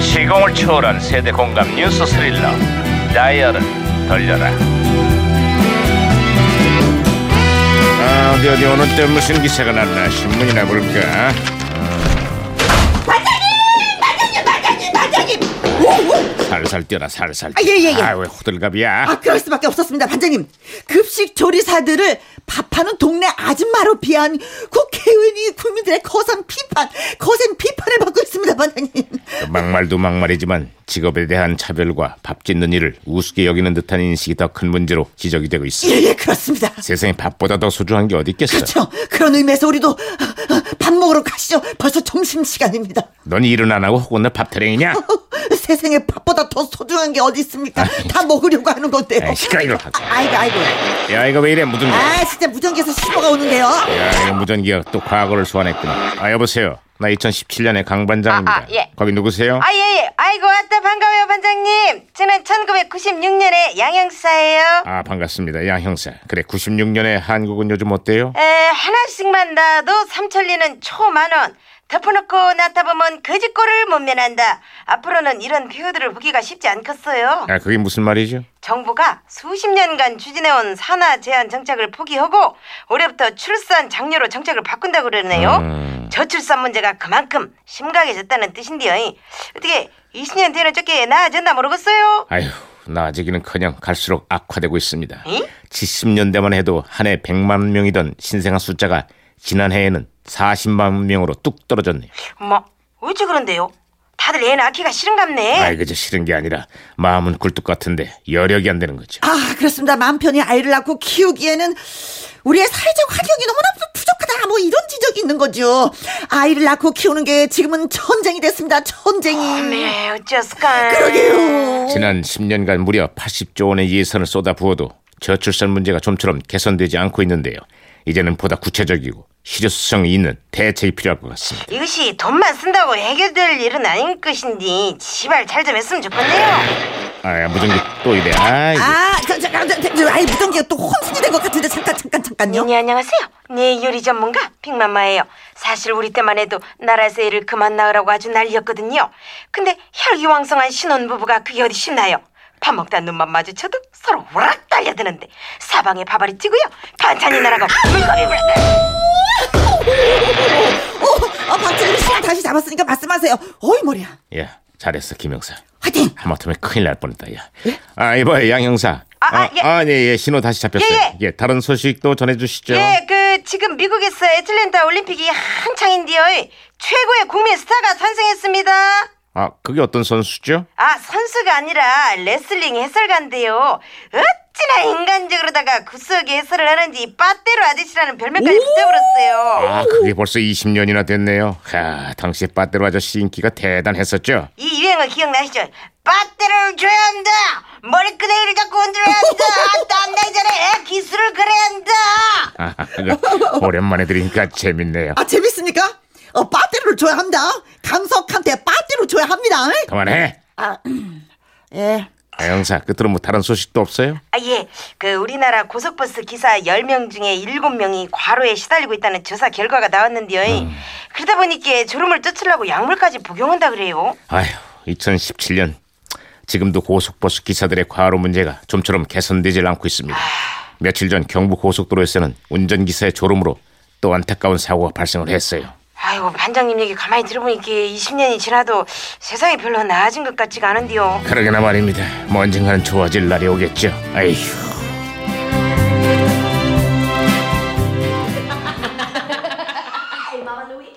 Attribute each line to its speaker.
Speaker 1: 시공을 초월한 세대 공감 뉴스 스릴러 다이얼은 돌려라 아 어디 어디 오늘 때 무슨 기사가 났나 신문이나 볼까
Speaker 2: 반장님, 반장님! 오, 오!
Speaker 1: 살살 뛰어라 살살
Speaker 2: 아, 예, 예, 예.
Speaker 1: 아왜 호들갑이야
Speaker 2: 아, 그럴 수밖에 없었습니다, 반장님. 급식 조리사들을 밥하는 동네 아줌마로 비한 국회의원이 국민들의 거센 비판, 거센 비판을 받고 있습니다, 반장님.
Speaker 1: 막말도 막말이지만 직업에 대한 차별과 밥 짓는 일을 우습게 여기는 듯한 인식이 더 큰 문제로 지적이 되고 있어
Speaker 2: 예, 예, 그렇습니다.
Speaker 1: 세상에 밥보다 더 소중한 게 어디 있겠어
Speaker 2: 그렇죠. 그런 의미에서 우리도 어, 어, 밥 먹으러 가시죠. 벌써 점심 시간입니다.
Speaker 1: 넌 일은 안 하고 오늘 밥타령이냐
Speaker 2: 어, 세상에 밥보다 더 소중한 게 어디 있습니까?
Speaker 1: 아이,
Speaker 2: 다 먹으려고 하는 건데요.
Speaker 1: 에이, 시끄러, 이거.
Speaker 2: 아, 아이고, 아이고.
Speaker 1: 야 이거 왜 이래 무슨
Speaker 2: 아, 진짜 무전기에서 신호가 오는데요.
Speaker 1: 야, 이거 아, 무전기가 또 과거를 소환했구나. 아, 여보세요. 나 2017년의 강 반장입니다.
Speaker 3: 아, 아, 예.
Speaker 1: 거기 누구세요?
Speaker 3: 아, 예, 예. 아이고, 왔다. 반가워요, 반장님. 저는 1996년에 양형사예요.
Speaker 1: 아, 반갑습니다. 양 형사. 그래, 96년의 한국은 요즘 어때요?
Speaker 3: 에, 하나씩만 놔도 삼천리는 초만원. 덮어놓고 나타보면 거짓골을 못 면한다. 앞으로는 이런 표현들을 보기가 쉽지 않겠어요.
Speaker 1: 아, 그게 무슨 말이죠?
Speaker 3: 정부가 수십 년간 추진해온 산하 제한 정책을 포기하고 올해부터 출산 장려로 정책을 바꾼다고 그러네요. 저출산 문제가 그만큼 심각해졌다는 뜻인데요. 어떻게 20년 뒤에는 조금 나아졌나 모르겠어요.
Speaker 1: 아휴, 나아지기는커녕 갈수록 악화되고 있습니다.
Speaker 3: 응?
Speaker 1: 70년대만 해도 한 해 100만 명이던 신생아 숫자가 지난해에는 40만 명으로 뚝 떨어졌네요.
Speaker 3: 엄마, 뭐, 어째 그런데요? 다들 애 낳기가 싫은갑네.
Speaker 1: 아이, 그저 싫은 게 아니라 마음은 굴뚝 같은데 여력이 안 되는 거죠.
Speaker 2: 아, 그렇습니다. 마음 편히 아이를 낳고 키우기에는 우리의 사회적 환경이 너무나 부- 부족하다. 뭐 이런 지적이 있는 거죠. 아이를 낳고 키우는 게 지금은 전쟁이 됐습니다. 전쟁이.
Speaker 3: 네, 어쩌스까.
Speaker 2: 그러게요.
Speaker 1: 지난 10년간 무려 80조 원의 예산을 쏟아부어도 저출산 문제가 좀처럼 개선되지 않고 있는데요. 이제는 보다 구체적이고 실효성이 있는 대책이 필요할 것 같습니다.
Speaker 3: 이것이 돈만 쓴다고 해결될 일은 아닌 것인데 지발 잘 좀 했으면 좋겠네요.
Speaker 1: 아, 무전기 또 이래. 아, 이거.
Speaker 2: 아, 저, 저, 저, 저, 저, 아이 무전기가 또 혼선이 된 것 같은데 잠깐 잠깐 잠깐요.
Speaker 3: 네, 안녕하세요. 네, 요리 전문가 빅맘마예요. 사실 우리 때만 해도 나라에서 애를 그만 낳으라고 아주 난리였거든요. 근데 혈기왕성한 신혼부부가 그게 어디 쉽나요? 밥 먹다 눈만 마주쳐도 서로 우락 달려드는데 사방에 밥알이 튀고요. 반찬이 날아가고 물고기 물고
Speaker 2: 어, 어, 박철민 씨가 다시 잡았으니까 말씀하세요. 어이 머리야.
Speaker 1: 야, 예, 잘했어, 김 형사.
Speaker 2: 화이팅.
Speaker 1: 하마터면 큰일 날 뻔했다, 야. 아, 이봐요, 양 형사.
Speaker 3: 예? 아, 아, 예.
Speaker 1: 예, 예, 신호 다시 잡혔어요.
Speaker 3: 예,
Speaker 1: 예, 다른 소식도 전해주시죠.
Speaker 3: 예, 그 지금 미국에서 애틀랜타 올림픽이 한창인데요. 최고의 국민 스타가 탄생했습니다.
Speaker 1: 아, 그게 어떤 선수죠?
Speaker 3: 아, 선수가 아니라 레슬링 해설가인데요. 어찌나 인간적으로다가 구수하게 해설을 하는지 빠떼로 아저씨라는 별명까지 붙여버렸어요.
Speaker 1: 아, 그게 벌써 20년이나 됐네요. 하, 당시 빠떼로 아저씨 인기가 대단했었죠.
Speaker 3: 이 유행어 기억나시죠? 빠떼를 줘야 한다. 머리끄댕이를 잡고 흔들어야 한다. 땀나기 전에 기술을 그려야 한다.
Speaker 1: 아, 이거 오랜만에 들으니까 재밌네요.
Speaker 2: 아 재밌습니까? 어, 빠떼를 줘야 합니다. 강석한테 빠떼를 줘야 합니다.
Speaker 1: 그만해.
Speaker 2: 예.
Speaker 1: 아, 형사 끝으로 뭐 다른 소식도 없어요?
Speaker 3: 아, 예. 그 우리나라 고속버스 기사 10명 중에 7명이 과로에 시달리고 있다는 조사 결과가 나왔는데요. 그러다 보니까 졸음을 쫓으려고 약물까지 복용한다 그래요.
Speaker 1: 아휴 2017년 지금도 고속버스 기사들의 과로 문제가 좀처럼 개선되질 않고 있습니다. 며칠 전 경부 고속도로에서는 운전기사의 졸음으로 또 안타까운 사고가 발생을 했어요.
Speaker 3: 아이고 반장님 얘기 가만히 들어보니까 20년이 지나도 세상이 별로 나아진 것 같지가 않은데요.
Speaker 1: 그러게나 말입니다. 뭐 언젠가는 좋아질 날이 오겠죠. 아휴.